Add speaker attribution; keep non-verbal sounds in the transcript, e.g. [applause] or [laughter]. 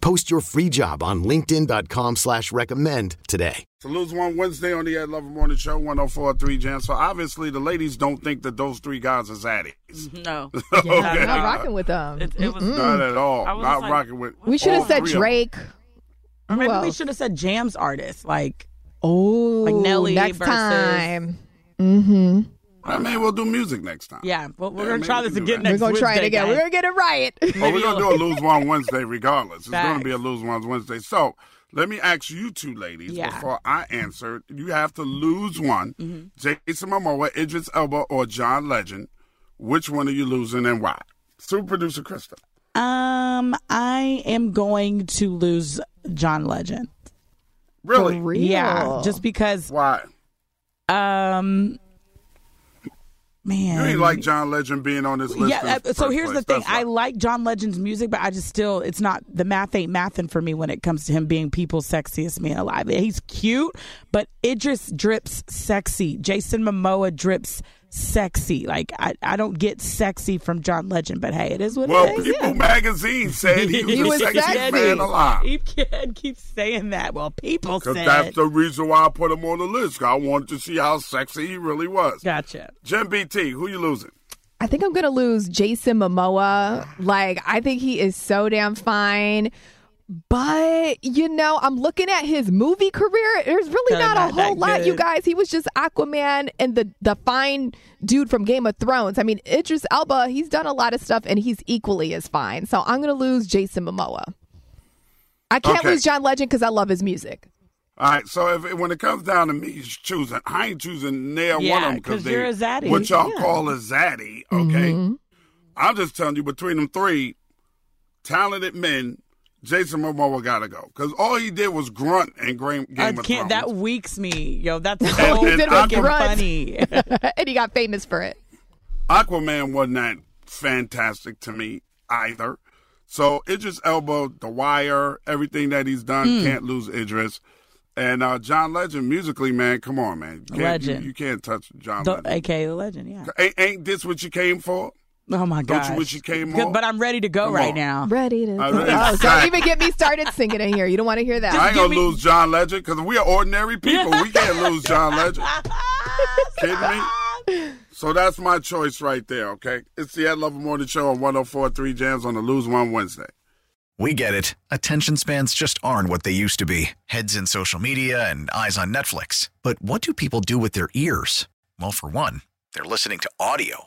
Speaker 1: Post your free job on LinkedIn.com slash recommend today.
Speaker 2: To lose one Wednesday on the Ed Lover Morning Show, 1043 Jam. So obviously the ladies don't think that those three guys is at it. [laughs]
Speaker 3: [laughs]
Speaker 4: No.
Speaker 2: Okay.
Speaker 3: I'm not rocking with them. Mm.
Speaker 4: It, it was
Speaker 2: Not at all.
Speaker 4: I was
Speaker 2: Not
Speaker 4: like,
Speaker 2: rocking with
Speaker 3: we should have
Speaker 2: all
Speaker 3: said
Speaker 2: three of them.
Speaker 3: Drake.
Speaker 4: Or maybe
Speaker 3: Who
Speaker 4: we
Speaker 3: else?
Speaker 4: should have said jams artists. Like
Speaker 3: Oh,
Speaker 4: Like Nelly
Speaker 3: next
Speaker 4: versus-
Speaker 3: time. Mm-hmm.
Speaker 2: I mean, we'll do music next time.
Speaker 4: yeah, but we're
Speaker 2: Yeah,
Speaker 4: gonna
Speaker 2: maybe
Speaker 4: try
Speaker 2: we
Speaker 4: this
Speaker 2: can do
Speaker 4: again
Speaker 2: that.
Speaker 3: We're
Speaker 4: next
Speaker 3: gonna try it
Speaker 4: Wednesday,
Speaker 3: again. We're
Speaker 4: guys.
Speaker 3: gonna get it right. [laughs]
Speaker 2: Well, we're gonna do a lose
Speaker 4: [laughs]
Speaker 2: one Wednesday regardless. It's gonna
Speaker 4: Facts.
Speaker 2: be a lose one Wednesday. So let me ask you two ladies
Speaker 4: Yeah.
Speaker 2: before I answer. You have to lose one:
Speaker 4: Mm-hmm.
Speaker 2: Jason Momoa, Idris Elba, or John Legend. Which one are you losing and why? Super producer Krista.
Speaker 4: Um, I am going to lose John Legend.
Speaker 2: Really?
Speaker 3: For real.
Speaker 4: Yeah, just because.
Speaker 2: Why?
Speaker 4: Um, man,
Speaker 2: You ain't like John Legend being on this list.
Speaker 4: Yeah,
Speaker 2: in
Speaker 4: uh, so
Speaker 2: first
Speaker 4: here's
Speaker 2: place.
Speaker 4: the thing.
Speaker 2: That's why.
Speaker 4: I like John Legend's music, but I just still, it's not, the math ain't mathing for me when it comes to him being people's sexiest man alive. He's cute, but Idris drips sexy. Jason Momoa drips sexy. Like, I, I don't get sexy from John Legend, but hey, it is what
Speaker 2: Well,
Speaker 4: it is.
Speaker 2: People
Speaker 4: yeah.
Speaker 2: Magazine said
Speaker 4: [laughs]
Speaker 2: he was,
Speaker 3: He
Speaker 2: the
Speaker 3: was
Speaker 2: sexiest
Speaker 3: sexy.
Speaker 2: man alive.
Speaker 4: He can keep saying that. Well, people
Speaker 2: Because
Speaker 4: said.
Speaker 2: that's the reason why I put him on the list. 'cause I wanted to see how sexy he really was.
Speaker 4: gotcha.
Speaker 2: Jim BT, who you losing?
Speaker 3: I think I'm gonna lose Jason Momoa. Like, I think he is so damn fine. But you know, I'm looking at his movie career. There's really
Speaker 4: Kinda
Speaker 3: not,
Speaker 4: not
Speaker 3: a
Speaker 4: that
Speaker 3: whole lot, you
Speaker 4: good.
Speaker 3: guys. He was just Aquaman and the the fine dude from Game of Thrones. I mean, Idris Elba, he's done a lot of stuff, and he's equally as fine. So I'm gonna lose Jason Momoa. I can't
Speaker 2: Okay.
Speaker 3: lose John Legend because I love his music. [laughs]
Speaker 2: All right, so if when it comes down to me choosing, I ain't choosing nail one of
Speaker 4: Yeah,
Speaker 2: them because
Speaker 4: 'cause you're a zaddy.
Speaker 2: What y'all
Speaker 4: Yeah. Mm-hmm.
Speaker 2: call a zaddy, okay? I'm just telling you, between them three talented men, Jason Momoa got to go because all he did was grunt and Game, Game
Speaker 4: I
Speaker 2: of
Speaker 4: Uh, can't, that
Speaker 2: Thrones.
Speaker 4: weaks me. Yo, that's
Speaker 2: And-
Speaker 4: so
Speaker 2: and I
Speaker 4: fucking
Speaker 2: can-
Speaker 4: funny.
Speaker 3: and he got famous for it.
Speaker 2: Aquaman wasn't that fantastic to me either. So Idris Elba, The Wire, everything that he's done,
Speaker 4: Hmm.
Speaker 2: can't lose Idris. And uh, John Legend, musically, man, come on, man. You can't, you-
Speaker 4: Legend.
Speaker 2: You, can't touch John
Speaker 4: [laughs] The-
Speaker 2: Legend.
Speaker 4: AKA the legend, yeah.
Speaker 2: Ain't, ain't this what you came for?
Speaker 4: Oh my
Speaker 2: Don't you
Speaker 4: gosh.
Speaker 2: wish you came
Speaker 4: Good-
Speaker 2: on?
Speaker 4: But I'm ready to go
Speaker 2: Come
Speaker 4: right
Speaker 2: on.
Speaker 4: now.
Speaker 3: Ready to.
Speaker 2: I really-
Speaker 3: oh, don't even get me started singing in here. You don't want to hear that.
Speaker 2: I ain't gonna
Speaker 4: give me-
Speaker 2: lose John Legend because we are ordinary people. we can't lose John
Speaker 4: [laughs]
Speaker 2: Legend. Kidding me? So that's my choice right there, okay? It's the Ed Lover Morning Show on 104.3 Jams on the Lose One Wednesday.
Speaker 5: We get it. Attention spans just aren't what they used to be heads in social media and eyes on Netflix. But what do people do with their ears? Well, for one, they're listening to audio.